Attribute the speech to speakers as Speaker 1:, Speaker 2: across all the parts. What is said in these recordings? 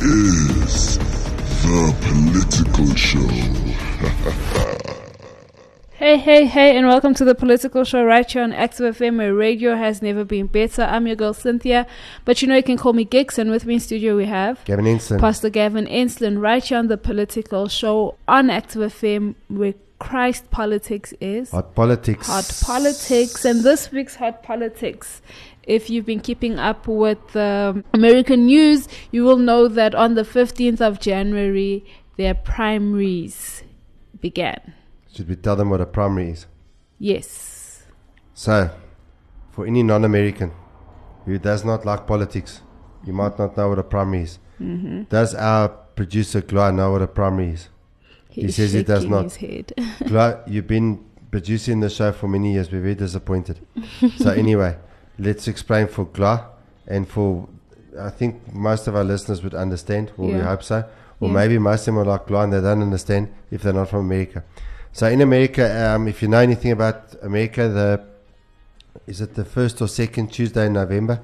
Speaker 1: is the political show.
Speaker 2: Hey, hey, hey, and welcome to the political show right here on Active FM where radio has never been better. I'm your girl Cynthia, but you know you can call me Gix, and with me in studio we have
Speaker 3: Gavin Instant.
Speaker 2: Pastor Gavin Enslin right here on the political show on Active FM where Christ politics is.
Speaker 3: Hot politics.
Speaker 2: Hot politics. And this week's hot politics, if you've been keeping up with um, American news, you will know that on the 15th of January, their primaries began.
Speaker 3: Should we tell them what a primary is?
Speaker 2: Yes.
Speaker 3: So, for any non American who does not like politics, you might not know what a primary is. Does our producer Gloy know what a primary is? He
Speaker 2: is
Speaker 3: says he does
Speaker 2: shaking
Speaker 3: not.
Speaker 2: His head.
Speaker 3: Gloy, you've been producing the show for many years. We're very disappointed. so, anyway, let's explain for Gloy and for I think most of our listeners would understand, or we
Speaker 2: Yeah.
Speaker 3: hope so. Or
Speaker 2: Yeah.
Speaker 3: maybe most of them are like Gloy and they don't understand if they're not from America. So in America, um, if you know anything about America, the is it the first or second Tuesday in November?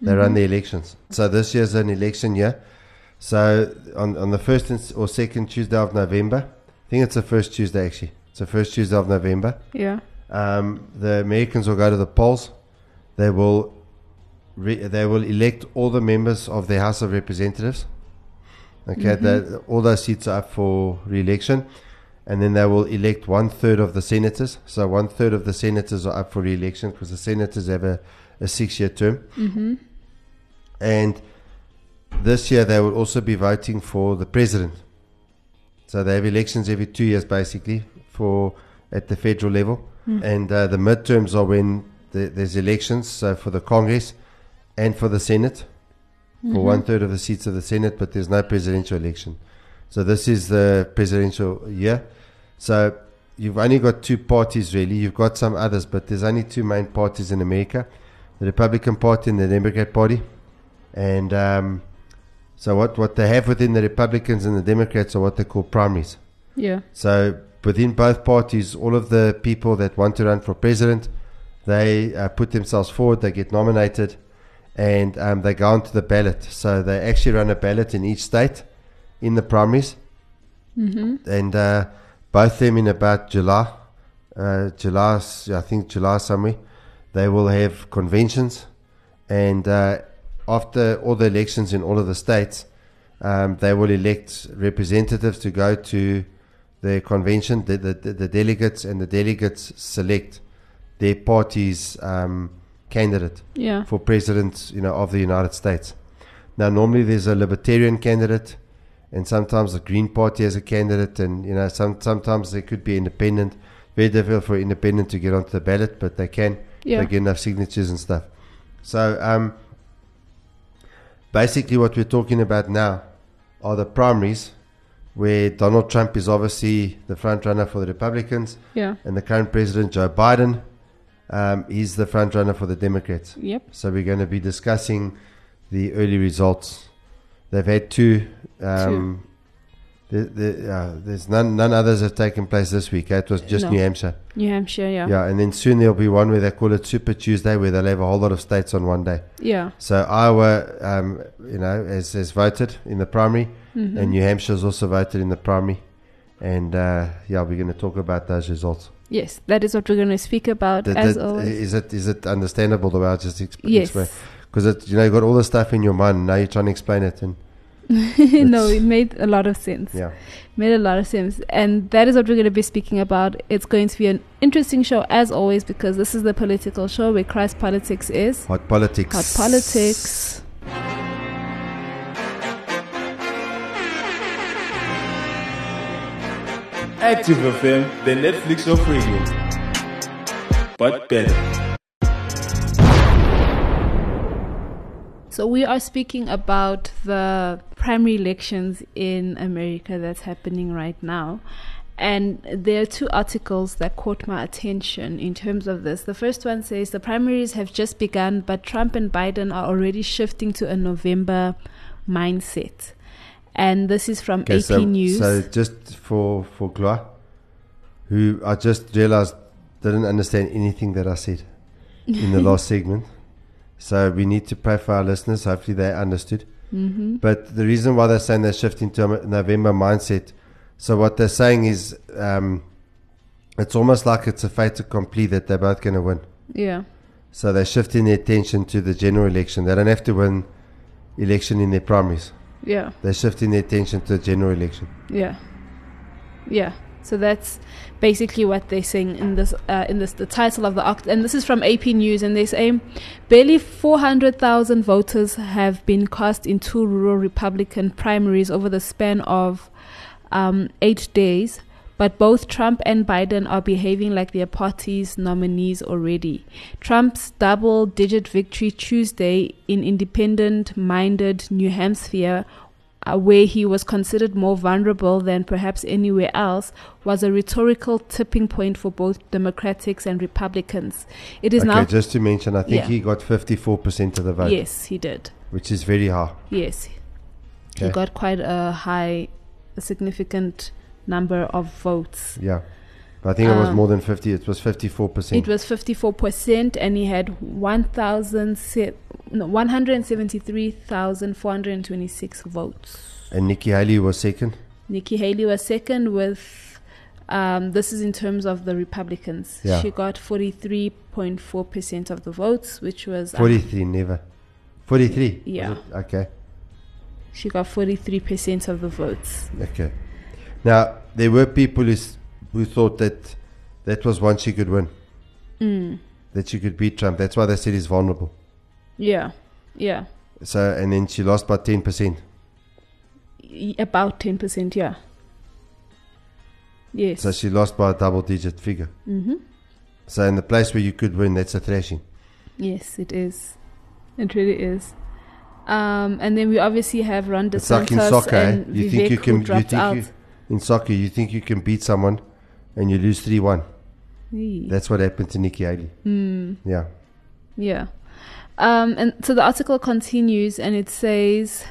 Speaker 3: They
Speaker 2: Mm-hmm.
Speaker 3: run the elections. So this year's an election year. So on, on the first and s- or second Tuesday of November, I think it's the first Tuesday actually. It's the first Tuesday of November.
Speaker 2: yeah.
Speaker 3: Um, the Americans will go to the polls. They will re- they will elect all the members of the House of Representatives. Okay, the, all those seats are up for re-election, and then they will elect one third of the senators. So one third of the senators are up for re-election because the senators have a, a six-year term, mm-hmm. and this year they will also be voting for the president. So they have elections every two years, basically, for at the federal level, and uh, the midterms are when the, there's elections. So for the Congress and for the Senate, for one third of the seats of the Senate, but there's no presidential election. So this is the presidential year. So you've only got two parties really. You've got some others, but there's only two main parties in America: the Republican Party and the Democrat Party. And um, so what what they have within the Republicans and the Democrats are what they call primaries.
Speaker 2: Yeah.
Speaker 3: So within both parties, all of the people that want to run for president, they uh, put themselves forward, they get nominated, and um, they go onto the ballot. So they actually run a ballot in each state in the primaries, mm-hmm. and uh, both them in about July, uh, July, s- I think July somewhere, they will have conventions, and uh, after all the elections in all of the states, um, they will elect representatives to go to the convention. The, the, the delegates and the delegates select their party's um, candidate
Speaker 2: Yeah.
Speaker 3: for president, you know, of the United States. Now, normally there's a libertarian candidate, and sometimes the Green Party has a candidate, and you know, some sometimes they could be independent. Very difficult for independent to get onto the ballot, but they can. if
Speaker 2: Yeah.
Speaker 3: They get enough signatures and stuff. So, um, basically, what we're talking about now are the primaries, where Donald Trump is obviously the front runner for the Republicans,
Speaker 2: Yeah.
Speaker 3: and the current president Joe Biden, um, he's the front runner for the Democrats.
Speaker 2: Yep.
Speaker 3: So we're going to be discussing the early results. They've had two. Um, The, the, uh, there's none. None others have taken place this week. eh? It was just
Speaker 2: No.
Speaker 3: New Hampshire.
Speaker 2: New Hampshire. Yeah.
Speaker 3: Yeah, and then soon there'll be one where they call it Super Tuesday, where they'll have a whole lot of states on one day.
Speaker 2: Yeah.
Speaker 3: So Iowa, um, you know, has, has voted in the primary,
Speaker 2: Mm-hmm.
Speaker 3: and New Hampshire's also voted in the primary. And uh, yeah, we're going to talk about those results.
Speaker 2: Yes. That is what we're going to speak about
Speaker 3: Did-
Speaker 2: as
Speaker 3: did-
Speaker 2: always.
Speaker 3: is it is it understandable the way I just exp-
Speaker 2: yes.
Speaker 3: explain? Because you know you got all the stuff in your mind. Now you're trying to explain it, and
Speaker 2: no,
Speaker 3: It's-
Speaker 2: it made a lot of sense.
Speaker 3: eh, yeah,
Speaker 2: Made a lot of sense. And that is what we're going to be speaking about. It's going to be an interesting show as always because this is the political show where Christ politics is.
Speaker 3: hot politics.
Speaker 2: Hot politics.
Speaker 4: Active FM, the Netflix of radio, but better.
Speaker 2: So we are speaking about the primary elections in America that's happening right now. And there are two articles that caught my attention in terms of this. The first one says the primaries have just begun, but Trump and Biden are already shifting to a November mindset. And this is from AP
Speaker 3: so,
Speaker 2: News.
Speaker 3: so just for for Gloire, who I just realized didn't understand anything that I said in the last segment. So we need to pray for our listeners. Hopefully they understood. Mm-hmm. But the reason why they're saying they're shifting to a Mo- November mindset, so what they're saying is, um, it's almost like it's a fait accompli that they're both going to win.
Speaker 2: yeah.
Speaker 3: So they're shifting their attention to the general election. They don't have to win election in their primaries.
Speaker 2: Yeah.
Speaker 3: They're shifting their attention to the general election.
Speaker 2: Yeah, yeah. So that's basically what they're saying in this, uh, in this, the title of the act, and this is from AP News, and they say barely 400,000 voters have been cast in two rural Republican primaries over the span of um, eight days, but both Trump and Biden are behaving like their party's nominees already. Trump's double digit victory Tuesday in independent minded New Hampshire uh, where he was considered more vulnerable than perhaps anywhere else, was a rhetorical tipping point for both Democrats and Republicans. It is
Speaker 3: Okay,
Speaker 2: now.
Speaker 3: just to mention, I think
Speaker 2: Yeah.
Speaker 3: he got 54% of the vote,
Speaker 2: yes, he did.
Speaker 3: which is very high.
Speaker 2: Yes. He
Speaker 3: Okay.
Speaker 2: got quite a high, a significant number of votes.
Speaker 3: Yeah. But I think it was
Speaker 2: Um,
Speaker 3: more than 50. It was 54%.
Speaker 2: It was 54%, and he had 1,000 se- no, 173,426 votes.
Speaker 3: and Nikki Haley was second.
Speaker 2: Nikki Haley was second with um, this is in terms of the Republicans.
Speaker 3: Yeah.
Speaker 2: She got forty three point four percent of the votes, which was um,
Speaker 3: 43, never. 43? was
Speaker 2: Yeah.
Speaker 3: it? Okay.
Speaker 2: she got forty three percent of the votes.
Speaker 3: Okay. Now, there were people who, s- who thought that that was one she could win,
Speaker 2: Mm.
Speaker 3: that she could beat Trump. That's why they said he's vulnerable.
Speaker 2: Yeah, yeah,
Speaker 3: So, and then she lost by 10%.
Speaker 2: Y- about ten percent. Yeah. Yes.
Speaker 3: So she lost by a double digit figure. Mm-hmm. So, in the place where you could win, that's a thrashing.
Speaker 2: yes, it is. It really is. Um, and then we obviously have Ron DeSantis
Speaker 3: It's like in soccer. eh?
Speaker 2: and
Speaker 3: You
Speaker 2: Vivek
Speaker 3: think you
Speaker 2: who
Speaker 3: can you
Speaker 2: dropped
Speaker 3: think you, in soccer you think you can beat someone and you lose 3-1.
Speaker 2: out. Yee.
Speaker 3: That's what happened to Nikki Haley.
Speaker 2: Hmm.
Speaker 3: Yeah.
Speaker 2: Yeah. Um, and so the article continues and it says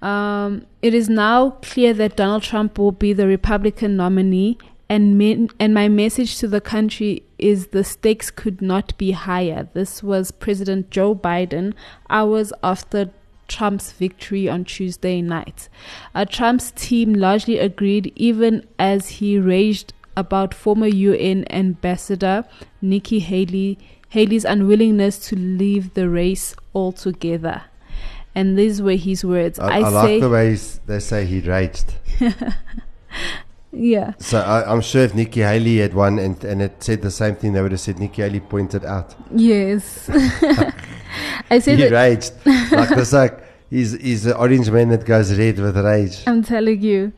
Speaker 2: um, It is now clear that Donald Trump will be the Republican nominee, and, men, and my message to the country is the stakes could not be higher. This was President Joe Biden hours after Trump's victory on Tuesday night. Uh, Trump's team largely agreed, even as he raged about former UN ambassador Nikki Haley Haley's unwillingness to leave the race altogether. And these were his words.
Speaker 3: I, I,
Speaker 2: I, say,
Speaker 3: like the way he's- they say he raged.
Speaker 2: yeah,
Speaker 3: So I, I'm sure if Nikki Haley had won and, and it said the same thing, they would have said Nikki Haley pointed out.
Speaker 2: yes. I say
Speaker 3: He
Speaker 2: that
Speaker 3: raged. like this, like he's, he's the orange man that goes red with rage.
Speaker 2: I'm telling you.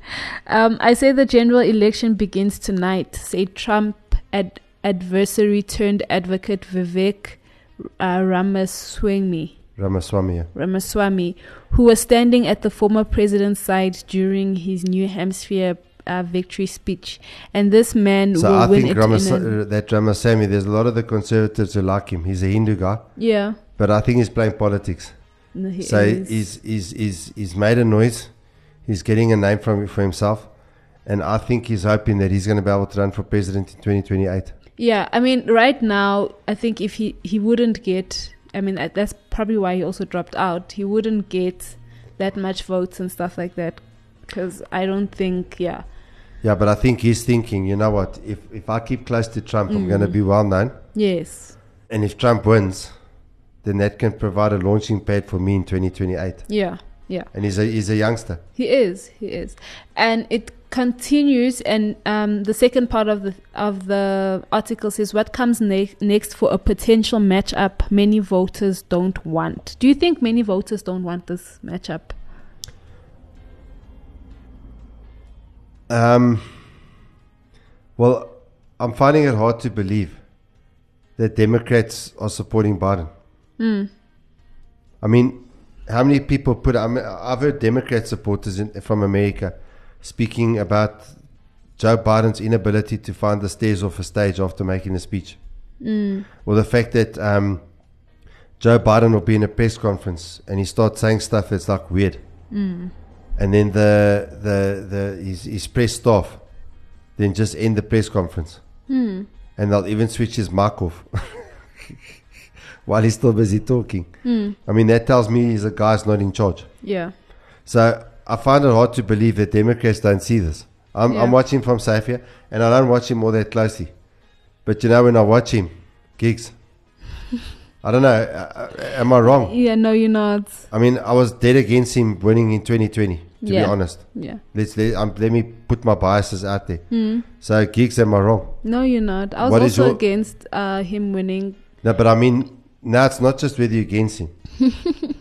Speaker 2: Um, I say the general election begins tonight. Say Trump ad- adversary turned advocate Vivek uh, Ramaswamy.
Speaker 3: Ramaswamy. yeah.
Speaker 2: Ramaswamy, who was standing at the former president's side during his New Hampshire uh, victory speech. And this man
Speaker 3: So
Speaker 2: will
Speaker 3: I
Speaker 2: win
Speaker 3: think
Speaker 2: it
Speaker 3: Ramas-
Speaker 2: in an,
Speaker 3: uh, that Ramaswamy, there's a lot of the conservatives who like him. He's a Hindu guy,
Speaker 2: yeah.
Speaker 3: but I think he's playing politics.
Speaker 2: No, he
Speaker 3: So
Speaker 2: is.
Speaker 3: he's, he's, he's, he's made a noise. He's getting a name from, for himself. And I think he's hoping that he's going to be able to run for president in 2028.
Speaker 2: yeah, I mean, right now, I think if he he wouldn't get, I mean, that- that's probably why he also dropped out. He wouldn't get that much votes and stuff like that, because I don't think, yeah,
Speaker 3: Yeah, but I think he's thinking, you know what? If, if I keep close to Trump, I'm going to
Speaker 2: Mm.
Speaker 3: be well known.
Speaker 2: yes,
Speaker 3: And if Trump wins, then that can provide a launching pad for me in 2028.
Speaker 2: yeah, yeah.
Speaker 3: And he's a, he's a youngster.
Speaker 2: He is. He is. And it continues and um, the second part of the of the article says what comes ne- next for a potential matchup many voters don't want. Do you think many voters don't want this matchup?
Speaker 3: Um, well, I'm finding it hard to believe that Democrats are supporting Biden. I mean, how many people put? I mean, I've heard Democrat supporters in, from America speaking about Joe Biden's inability to find the stairs off a stage after making a speech, or the fact that um, Joe Biden will be in a press conference and he starts saying stuff that's like weird, and then the the the his, his press staff then just end the press conference,
Speaker 2: Hmm.
Speaker 3: and they'll even switch his mic off while he's still busy talking.
Speaker 2: Hmm.
Speaker 3: I mean, that tells me he's a guy's not in charge.
Speaker 2: Yeah.
Speaker 3: So I find it hard to believe that Democrats don't see this. I'm,
Speaker 2: Yeah.
Speaker 3: I'm watching from safe here, and I don't watch him all that closely. But you know, when I watch him, gigs, I don't know. Uh, uh, am I wrong?
Speaker 2: Yeah, no, you're not.
Speaker 3: I mean, I was dead against him winning in 2020. To
Speaker 2: Yeah.
Speaker 3: be honest,
Speaker 2: Yeah.
Speaker 3: let's let, um, let me put my biases out there.
Speaker 2: Hmm.
Speaker 3: So, gigs, am I wrong?
Speaker 2: No, you're not. I was
Speaker 3: What is
Speaker 2: also
Speaker 3: your-
Speaker 2: against uh, him winning.
Speaker 3: No, but I mean, now it's not just whether you're against him. do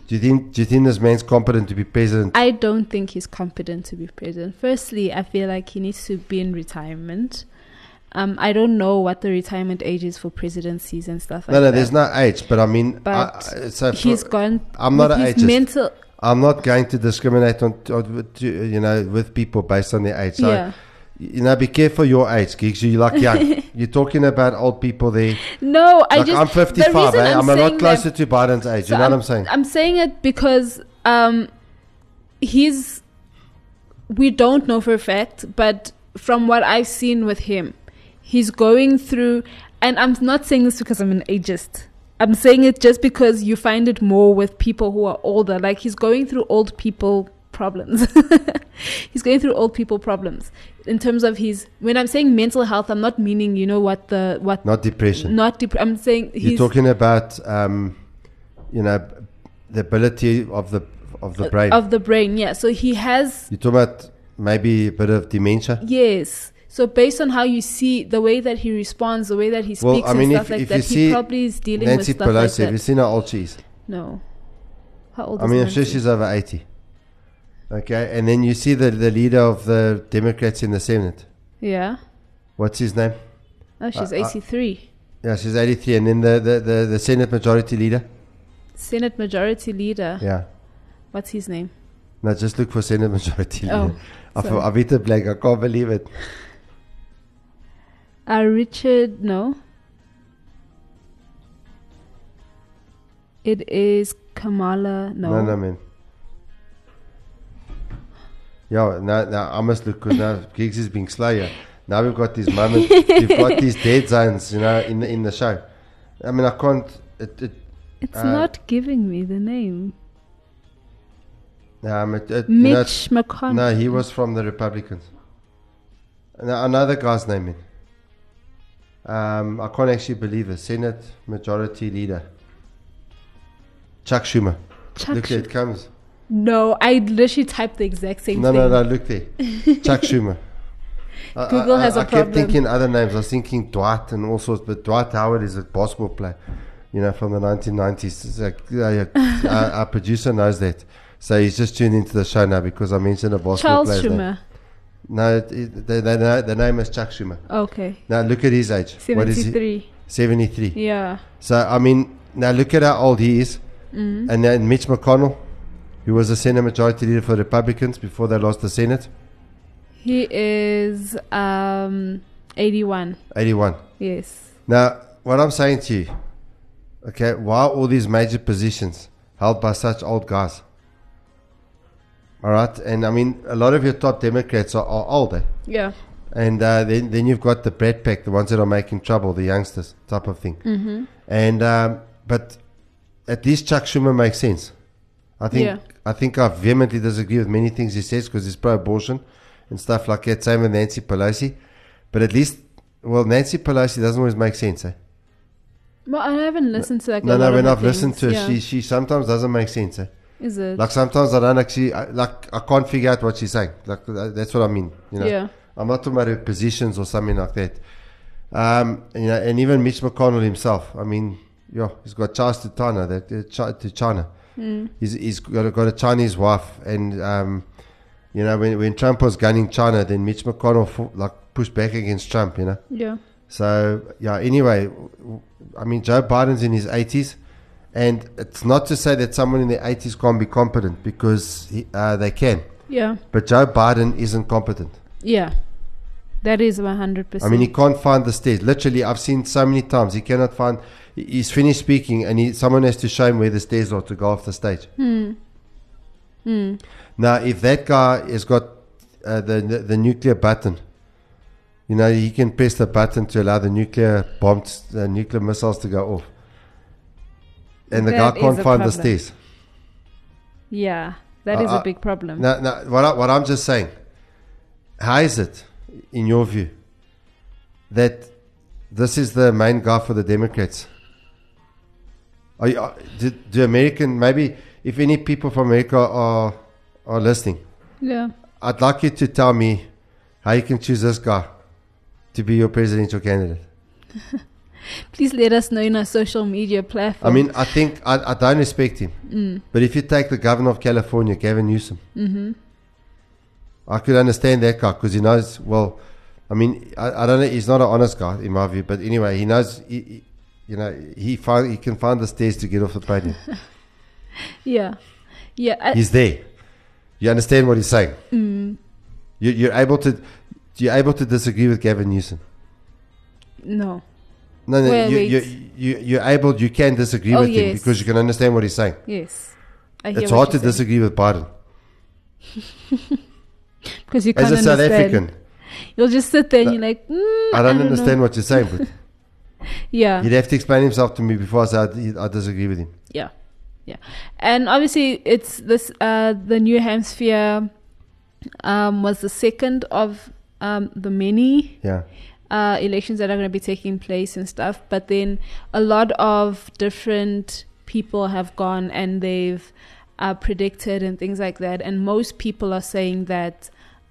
Speaker 3: you think? Do you think this man's competent to be president?
Speaker 2: I don't think he's competent to be president. Firstly, I feel like he needs to be in retirement. Um, I don't know what the retirement age is for presidencies and stuff like
Speaker 3: no, no,
Speaker 2: that.
Speaker 3: there's no age, but I mean,
Speaker 2: But
Speaker 3: I, I- so
Speaker 2: He's
Speaker 3: for-
Speaker 2: gone.
Speaker 3: I'm not
Speaker 2: with
Speaker 3: an
Speaker 2: his
Speaker 3: ageist.
Speaker 2: mental.
Speaker 3: I'm not going to discriminate on, on to, you know with people based on their age. So,
Speaker 2: Yeah.
Speaker 3: You know, be careful your age, gigs. You like young. You're talking about old people there.
Speaker 2: No, I
Speaker 3: like
Speaker 2: just.
Speaker 3: I'm
Speaker 2: the
Speaker 3: 55.
Speaker 2: reason
Speaker 3: eh? I'm, a
Speaker 2: saying
Speaker 3: lot
Speaker 2: that-
Speaker 3: closer to Biden's age.
Speaker 2: So
Speaker 3: you know what I'm saying?
Speaker 2: I'm saying it because um, he's. We don't know for a fact, but from what I've seen with him, he's going through. And I'm not saying this because I'm an ageist. I'm saying it just because you find it more with people who are older. Like he's going through old people problems. he's going through old people problems in terms of his. When I'm saying mental health, I'm not meaning you know what the what
Speaker 3: not depression.
Speaker 2: not. dep- I'm saying
Speaker 3: You're
Speaker 2: Mm, he's
Speaker 3: talking about um, you know the ability of the of the brain.
Speaker 2: Uh, of the brain. Yeah. So he has
Speaker 3: You're talking about maybe a bit of dementia.
Speaker 2: Yes. So based on how you see the way that he responds, the way that he speaks
Speaker 3: Well, I mean,
Speaker 2: and
Speaker 3: if,
Speaker 2: stuff like
Speaker 3: if you
Speaker 2: that,
Speaker 3: see
Speaker 2: he probably is dealing
Speaker 3: Nancy
Speaker 2: with stuff
Speaker 3: Pelosi,
Speaker 2: like
Speaker 3: have
Speaker 2: that.
Speaker 3: you seen how old she is?
Speaker 2: no. How old
Speaker 3: I
Speaker 2: is
Speaker 3: mean, I'm
Speaker 2: Nancy?
Speaker 3: sure she's over 80. Okay, and then you see the, the leader of the Democrats in the Senate.
Speaker 2: Yeah.
Speaker 3: What's his name?
Speaker 2: Oh, she's
Speaker 3: I- I-
Speaker 2: 83.
Speaker 3: Yeah, she's 83. And then the, the, the, the Senate Majority Leader.
Speaker 2: Senate Majority Leader.
Speaker 3: Yeah.
Speaker 2: What's his name?
Speaker 3: No, just look for Senate Majority
Speaker 2: Oh,
Speaker 3: Leader. I
Speaker 2: sorry.
Speaker 3: feel, I beat the blank. I can't believe it.
Speaker 2: Uh, Richard, no. It is Kamala, no.
Speaker 3: No, no, man. Yeah, now, now I must look because now Giggs is being slow here. Now we've got these moments, we've got these dead zones, you know, in the, in the show. I mean, I can't. It, it,
Speaker 2: It's
Speaker 3: Uh,
Speaker 2: not giving me the name.
Speaker 3: um, it, it, you know, it's-
Speaker 2: Mitch McConnell.
Speaker 3: No, he was from the Republicans. No, another guy's name. in. Um, I can't actually believe it. Senate Majority Leader Chuck Schumer.
Speaker 2: Chuck
Speaker 3: look, there it comes.
Speaker 2: No, I literally typed the exact same
Speaker 3: No,
Speaker 2: thing.
Speaker 3: no, no. Look there, Chuck Schumer. I-
Speaker 2: Google
Speaker 3: I,
Speaker 2: has
Speaker 3: I,
Speaker 2: a
Speaker 3: I
Speaker 2: problem.
Speaker 3: kept thinking other names. I was thinking Dwight and all sorts, but Dwight Howard is a basketball player, you know, from the 1990s. It's like, uh, yeah, our, our producer knows that, so he's just tuned into the show now because I mentioned a basketball
Speaker 2: Charles
Speaker 3: player.
Speaker 2: Schumer.
Speaker 3: No, it, it, the, the, the, the name is Chuck Schumer.
Speaker 2: Okay.
Speaker 3: Now look at his age. What is he?
Speaker 2: 73.
Speaker 3: 73.
Speaker 2: Yeah.
Speaker 3: So, I mean, now look at how old he is.
Speaker 2: Mm-hmm.
Speaker 3: And then Mitch McConnell, who was the Senate Majority Leader for Republicans before they lost the Senate,
Speaker 2: He is um 81.
Speaker 3: 81.
Speaker 2: Yes.
Speaker 3: Now, what I'm saying to you, okay, why are all these major positions held by such old guys? All right. And I mean, a lot of your top Democrats are, are older.
Speaker 2: Yeah.
Speaker 3: And uh, then, then you've got the Brat Pack, the ones that are making trouble, the youngsters type of thing. Mm-hmm. And um, but at least Chuck Schumer makes sense. I think
Speaker 2: Yeah.
Speaker 3: I think I vehemently disagree with many things he says because he's pro-abortion and stuff like that. Same with Nancy Pelosi, but at least well, Nancy Pelosi doesn't always make sense. Eh?
Speaker 2: Well, I haven't listened to like a
Speaker 3: No,
Speaker 2: lot
Speaker 3: no,
Speaker 2: of
Speaker 3: when
Speaker 2: the
Speaker 3: I've listened to
Speaker 2: things.
Speaker 3: her,
Speaker 2: yeah.
Speaker 3: she she sometimes doesn't make sense. Eh?
Speaker 2: Is it?
Speaker 3: Like sometimes I don't actually I, like I can't figure out what she's saying. Like tha- that's what I mean. You know,
Speaker 2: Yeah.
Speaker 3: I'm not talking about her positions or something like that. Um, you know, and even Mitch McConnell himself. I mean, yeah, he's got ties to China. That uh, Chi- to China,
Speaker 2: Hmm.
Speaker 3: he's he's got a, got a Chinese wife, and um, you know when when Trump was gunning China, then Mitch McConnell fo- like pushed back against Trump. You know,
Speaker 2: yeah.
Speaker 3: so yeah. Anyway, w- I mean Joe Biden's in his 80s, And it's not to say that someone in the 80s can't be competent because he, uh, they can.
Speaker 2: Yeah.
Speaker 3: But Joe Biden isn't competent.
Speaker 2: Yeah. That is 100%.
Speaker 3: I mean, he can't find the stairs. Literally, I've seen so many times he cannot find. he- He's finished speaking, and he, someone has to show him where the stairs are to go off the stage.
Speaker 2: Hmm.
Speaker 3: Now, if that guy has got uh, the the nuclear button, you know he can press the button to allow the nuclear bombs, the nuclear missiles to go off, and the
Speaker 2: That
Speaker 3: guy
Speaker 2: is
Speaker 3: can't
Speaker 2: a
Speaker 3: find
Speaker 2: problem.
Speaker 3: the stairs.
Speaker 2: yeah. that is
Speaker 3: Uh, uh,
Speaker 2: a big problem.
Speaker 3: No, no. What, I, what I'm just saying, how is it, in your view, that this is the main guy for the Democrats? Are you, are, do, do American maybe if any people from America are are listening,
Speaker 2: Yeah.
Speaker 3: I'd like you to tell me how you can choose this guy to be your presidential candidate.
Speaker 2: Please let us know in our social media
Speaker 3: I
Speaker 2: platform.
Speaker 3: mean, I think I, I don't respect him.
Speaker 2: Mm.
Speaker 3: But if you take the governor of California, Gavin Newsom,
Speaker 2: Mm-hmm.
Speaker 3: I could understand that guy because he knows. Well, I mean, I, I don't know. He's not an honest guy in my view. But anyway, he knows. He, he- you know, he find, he can find the stairs to get off the podium.
Speaker 2: yeah. Yeah. I,
Speaker 3: he's there. You understand what he's saying.
Speaker 2: Mm.
Speaker 3: You, you're able to. You're able to disagree with Gavin Newsom.
Speaker 2: no.
Speaker 3: No, no,
Speaker 2: Well,
Speaker 3: you,
Speaker 2: wait.
Speaker 3: you, you, you're able. You can disagree
Speaker 2: Oh,
Speaker 3: with him
Speaker 2: yes.
Speaker 3: because you can understand what he's saying.
Speaker 2: Yes. I hear
Speaker 3: It's hard to
Speaker 2: disagree
Speaker 3: disagree with Biden.
Speaker 2: because you can't
Speaker 3: As a South
Speaker 2: understand.
Speaker 3: African, Uh,
Speaker 2: You'll just sit there and you're like, mm,
Speaker 3: I don't
Speaker 2: know."
Speaker 3: understand what you're saying, but
Speaker 2: Yeah.
Speaker 3: he'd have to explain himself to me before I say I, I disagree with him.
Speaker 2: yeah yeah and obviously it's this uh the new hampshire um was the second of um the many
Speaker 3: Yeah.
Speaker 2: uh elections that are going to be taking place and stuff but then a lot of different people have gone and they've uh predicted and things like that and most people are saying that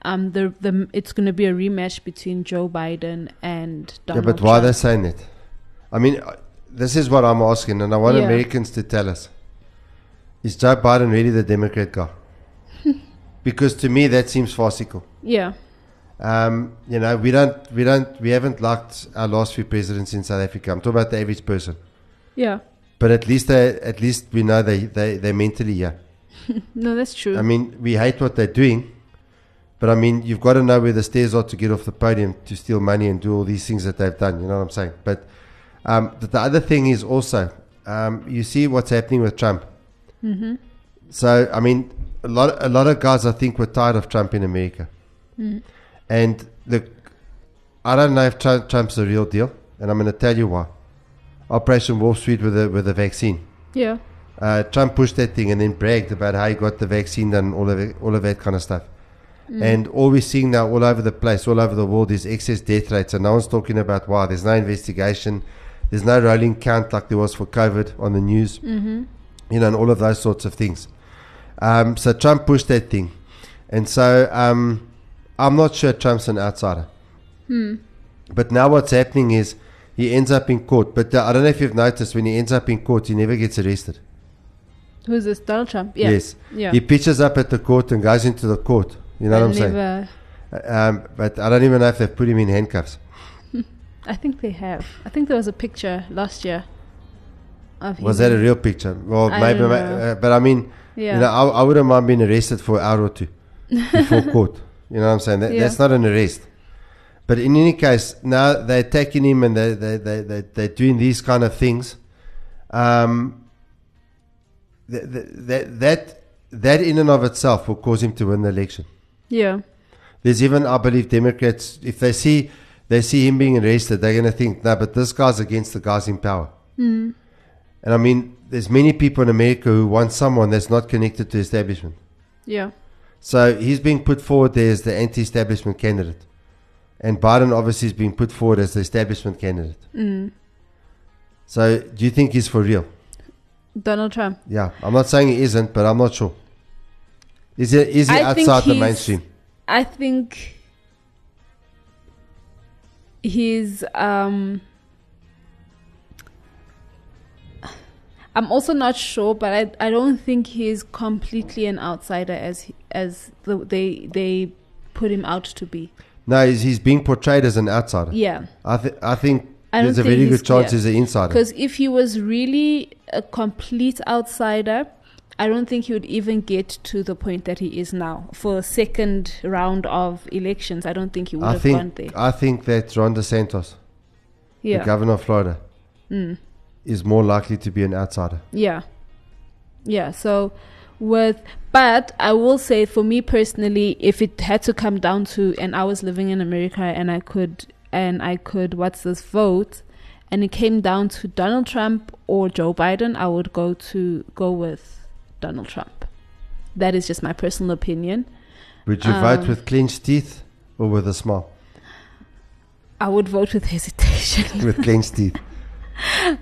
Speaker 2: um the the it's going to be a rematch between joe biden and donald
Speaker 3: yeah, but why
Speaker 2: Trump.
Speaker 3: they saying that? I mean, uh, this is what I'm asking, and I want
Speaker 2: Yeah.
Speaker 3: Americans to tell us: Is Joe Biden really the Democrat guy? because to me, that seems farcical.
Speaker 2: yeah
Speaker 3: Um, you know, we don't, we don't, we haven't liked our last few presidents in South Africa. I'm talking about the average person,
Speaker 2: yeah
Speaker 3: but at least they, at least we know they they they mentally yeah.
Speaker 2: no that's true
Speaker 3: I mean, we hate what they're doing, but I mean, you've got to know where the stairs are to get off the podium to steal money and do all these things that they've done. You know what I'm saying? But um, the, the other thing is also, um, you see what's happening with Trump. Mm-hmm. So I mean, a lot a lot of guys I think were tired of Trump in America, and look, I don't know if Trump, Trump's the real deal, and I'm going to tell you why. Operation Wall Street with the with the vaccine
Speaker 2: yeah
Speaker 3: uh, Trump pushed that thing and then bragged about how he got the vaccine done, and all of it, all of that kind of stuff. And all we're seeing now, all over the place, all over the world, is excess death rates, and no one's talking about why. There's no investigation, there's no rolling count like there was for COVID on the news, mm-hmm. you know, and all of those sorts of things. Um, so Trump pushed that thing, and so um, I'm not sure Trump's an outsider. But now what's happening is he ends up in court. But uh, I don't know if you've noticed when he ends up in court, he never gets arrested.
Speaker 2: who's this donald trump yeah
Speaker 3: Yes.
Speaker 2: yeah
Speaker 3: He pitches up at the court and goes into the court. You know
Speaker 2: I
Speaker 3: what I'm saying?
Speaker 2: never-
Speaker 3: Um, but I don't even know if they've put him in handcuffs.
Speaker 2: I think they have. I think there was a picture last year of him.
Speaker 3: Was that a real picture? Well,
Speaker 2: Mm-hmm. I
Speaker 3: maybe,
Speaker 2: don't
Speaker 3: ma-
Speaker 2: know.
Speaker 3: uh, but I mean,
Speaker 2: Yeah.
Speaker 3: you know, I, I wouldn't mind being arrested for an hour or two before court. You know what I'm saying? That,
Speaker 2: Yeah.
Speaker 3: That's not an arrest. But in any case, now they're attacking him and they, they, they, they, they're doing these kind of things. Um, th- th- that, that, that in and of itself will cause him to win the election.
Speaker 2: yeah,
Speaker 3: There's even, I believe, Democrats if they see they see him being arrested, they're going to think, no, but this guy's against the guys in power. Mm.
Speaker 2: Hmm.
Speaker 3: And I mean, there's many people in America who want someone that's not connected to the establishment.
Speaker 2: yeah,
Speaker 3: So he's being put forward there as the anti-establishment candidate, and Biden obviously is being put forward as the establishment candidate.
Speaker 2: Hmm.
Speaker 3: So do you think he's for real?
Speaker 2: Donald Trump.
Speaker 3: Yeah, I'm not saying he isn't, but I'm not sure. Is he, is he
Speaker 2: I think
Speaker 3: outside the
Speaker 2: he's-
Speaker 3: mainstream?
Speaker 2: I think he's. Um, I'm also not sure, but I I don't think he's completely an outsider as he, as the, they they put him out to be.
Speaker 3: No, he's, he's being portrayed as an outsider.
Speaker 2: Yeah,
Speaker 3: I, th- I think
Speaker 2: I don't
Speaker 3: There's a
Speaker 2: think
Speaker 3: very
Speaker 2: he's
Speaker 3: good chance
Speaker 2: clear.
Speaker 3: he's an insider.
Speaker 2: Because if he was really a complete outsider, I don't think he would even get to the point that he is now for a second round of elections. I don't think he would
Speaker 3: I
Speaker 2: have gone
Speaker 3: think
Speaker 2: there.
Speaker 3: I think that Ron DeSantis, the
Speaker 2: Yeah, Hmm.
Speaker 3: governor of Florida, is more likely to be an outsider.
Speaker 2: yeah, yeah. So with but I will say for me personally, if it had to come down to and I was living in America and I could and I could what's this vote, and it came down to Donald Trump or Joe Biden, I would go to go with Donald Trump. That is just my personal opinion.
Speaker 3: Would you
Speaker 2: Um.
Speaker 3: vote with clenched teeth or with a smile?
Speaker 2: I would vote with hesitation.
Speaker 3: With clenched teeth.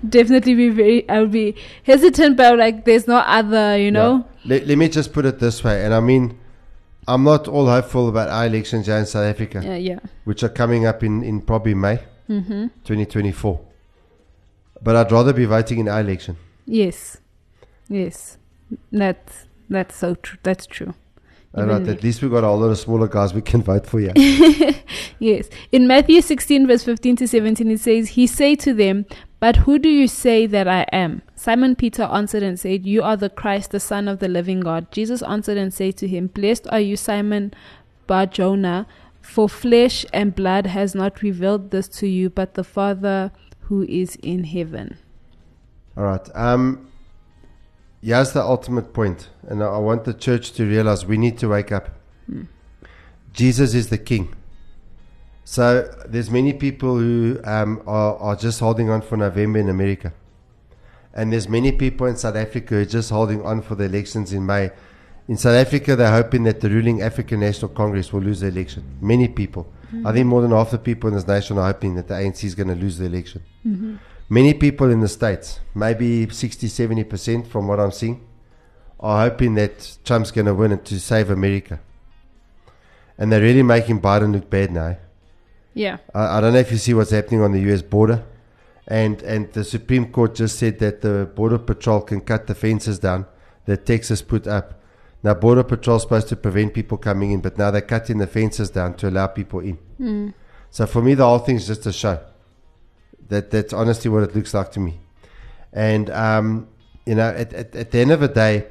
Speaker 2: Definitely be very. I would be hesitant, but like, there's no other. You know.
Speaker 3: Yeah. Let, let me just put it this way, and I mean, I'm not all hopeful about our elections here in South Africa,
Speaker 2: Yeah. Mm-hmm. yeah.
Speaker 3: which are coming up in, in probably May 2024. But I'd rather be voting in our election.
Speaker 2: Yes. Yes. That's that's so true. That's true.
Speaker 3: All right,
Speaker 2: Even-
Speaker 3: at least we've got a whole lot of smaller guys we can vote for here.
Speaker 2: Yes. In Matthew 16, verse 15 to 17, it says, He said to them, But who do you say that I am? Simon Peter answered and said, You are the Christ, the Son of the living God. Jesus answered and said to him, Blessed are you, Simon Bar Jonah, for flesh and blood has not revealed this to you, but the Father who is in heaven.
Speaker 3: All right. Um, here's the ultimate point, and I I want the church to realize we need to wake up. Jesus is the King. So there's many people who um, are, are just holding on for November in America, and there's many people in South Africa who are just holding on for the elections in May. In South Africa, they're hoping that the ruling African National Congress will lose the election. Many people, I think more than half the people in this nation are hoping that the ANC is going to lose the election many people in the states maybe 60 70% from what i'm seeing are hoping that trump's going to win it to save america and they're really making biden look bad now
Speaker 2: Yeah.
Speaker 3: I, I don't know if you see what's happening on the us border and and the supreme court just said that the border patrol can cut the fences down that texas put up now border patrol's supposed to prevent people coming in but now they're cutting the fences down to allow people in so for me the whole thing's just a show that that's honestly what it looks like to me. And um, you know, at, at, at the end of the day,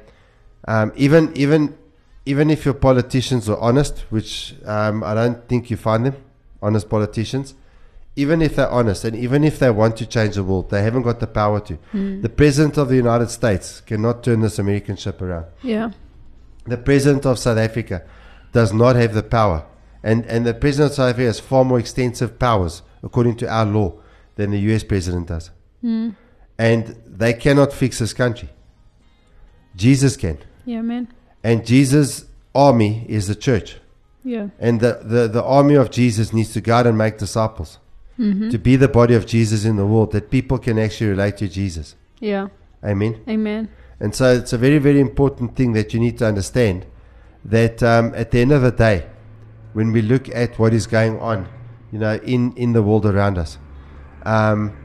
Speaker 3: um, even even even if your politicians are honest, which um, I don't think you find them, honest politicians, even if they're honest and even if they want to change the world, they haven't got the power to. The president of the United States cannot turn this American ship around
Speaker 2: Yeah.
Speaker 3: the president of South Africa does not have the power. And, and the president of South Africa has far more extensive powers, according to our law, than the US president does. And they cannot fix this country. Jesus can.
Speaker 2: Yeah, man.
Speaker 3: And Jesus' army is the church.
Speaker 2: Yeah.
Speaker 3: And the, the, the army of Jesus needs to go out and make disciples to be the body of Jesus in the world, that people can actually relate to Jesus.
Speaker 2: Yeah.
Speaker 3: Amen.
Speaker 2: Amen.
Speaker 3: And so it's a very, very important thing that you need to understand that um, at the end of the day, when we look at what is going on, you know, in, in the world around us, um,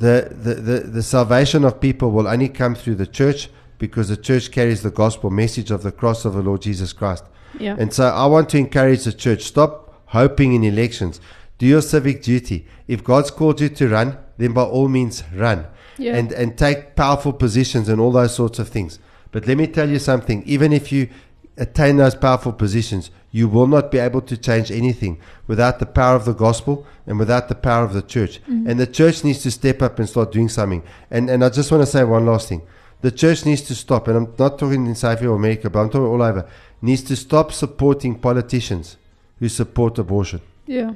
Speaker 3: the, the, the, the salvation of people will only come through the church because the church carries the gospel message of the cross of the Lord Jesus Christ.
Speaker 2: Yeah.
Speaker 3: And so I want to encourage the church stop hoping in elections. Do your civic duty. If God's called you to run, then by all means run.
Speaker 2: Yeah.
Speaker 3: And and take powerful positions and all those sorts of things. But let me tell you something, even if you attain those powerful positions, you will not be able to change anything without the power of the gospel and without the power of the church. And the church needs to step up and start doing something. And and I just want to say one last thing. The church needs to stop, and I'm not talking in South Africa or America, but I'm talking all over, needs to stop supporting politicians who support abortion.
Speaker 2: Yeah.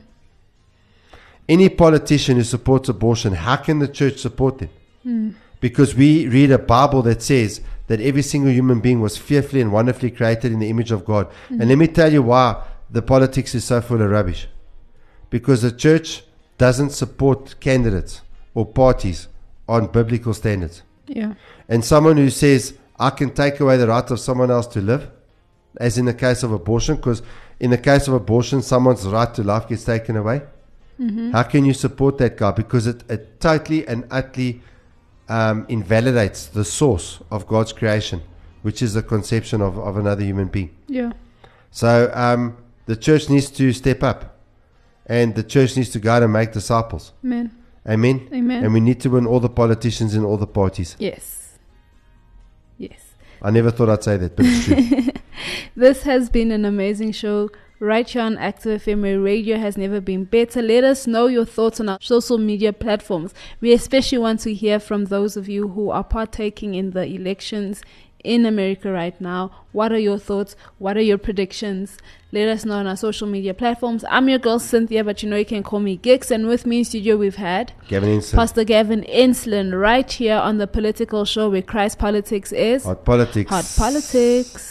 Speaker 3: Any politician who supports abortion, how can the church support them? Because we read a Bible that says that every single human being was fearfully and wonderfully created in the image of God. And let me tell you why the politics is so full of rubbish. Because the church doesn't support candidates or parties on biblical standards
Speaker 2: Yeah.
Speaker 3: and someone who says I can take away the right of someone else to live, as in the case of abortion, because in the case of abortion, someone's right to life gets taken away. How can you support that guy? Because it, it totally and utterly um, invalidates the source of God's creation, which is the conception of, of another human being.
Speaker 2: Yeah.
Speaker 3: So um, the church needs to step up and the church needs to go out and make disciples.
Speaker 2: Amen.
Speaker 3: Amen.
Speaker 2: Amen.
Speaker 3: And we need to win all the politicians in all the parties.
Speaker 2: Yes. Yes.
Speaker 3: I never thought I'd say that, but it's true.
Speaker 2: This has been an amazing show. Right here on Active FM, where radio has never been better. Let us know your thoughts on our social media platforms. We especially want to hear from those of you who are partaking in the elections in America right now. What are your thoughts? What are your predictions? Let us know on our social media platforms. I'm your girl Cynthia, but you know you can call me Gix. And with me in studio, we've had
Speaker 3: Gavin Insel.
Speaker 2: Pastor Gavin Inslin right here on the political show where Christ Politics is
Speaker 3: Hot politics.
Speaker 2: Hot Politics.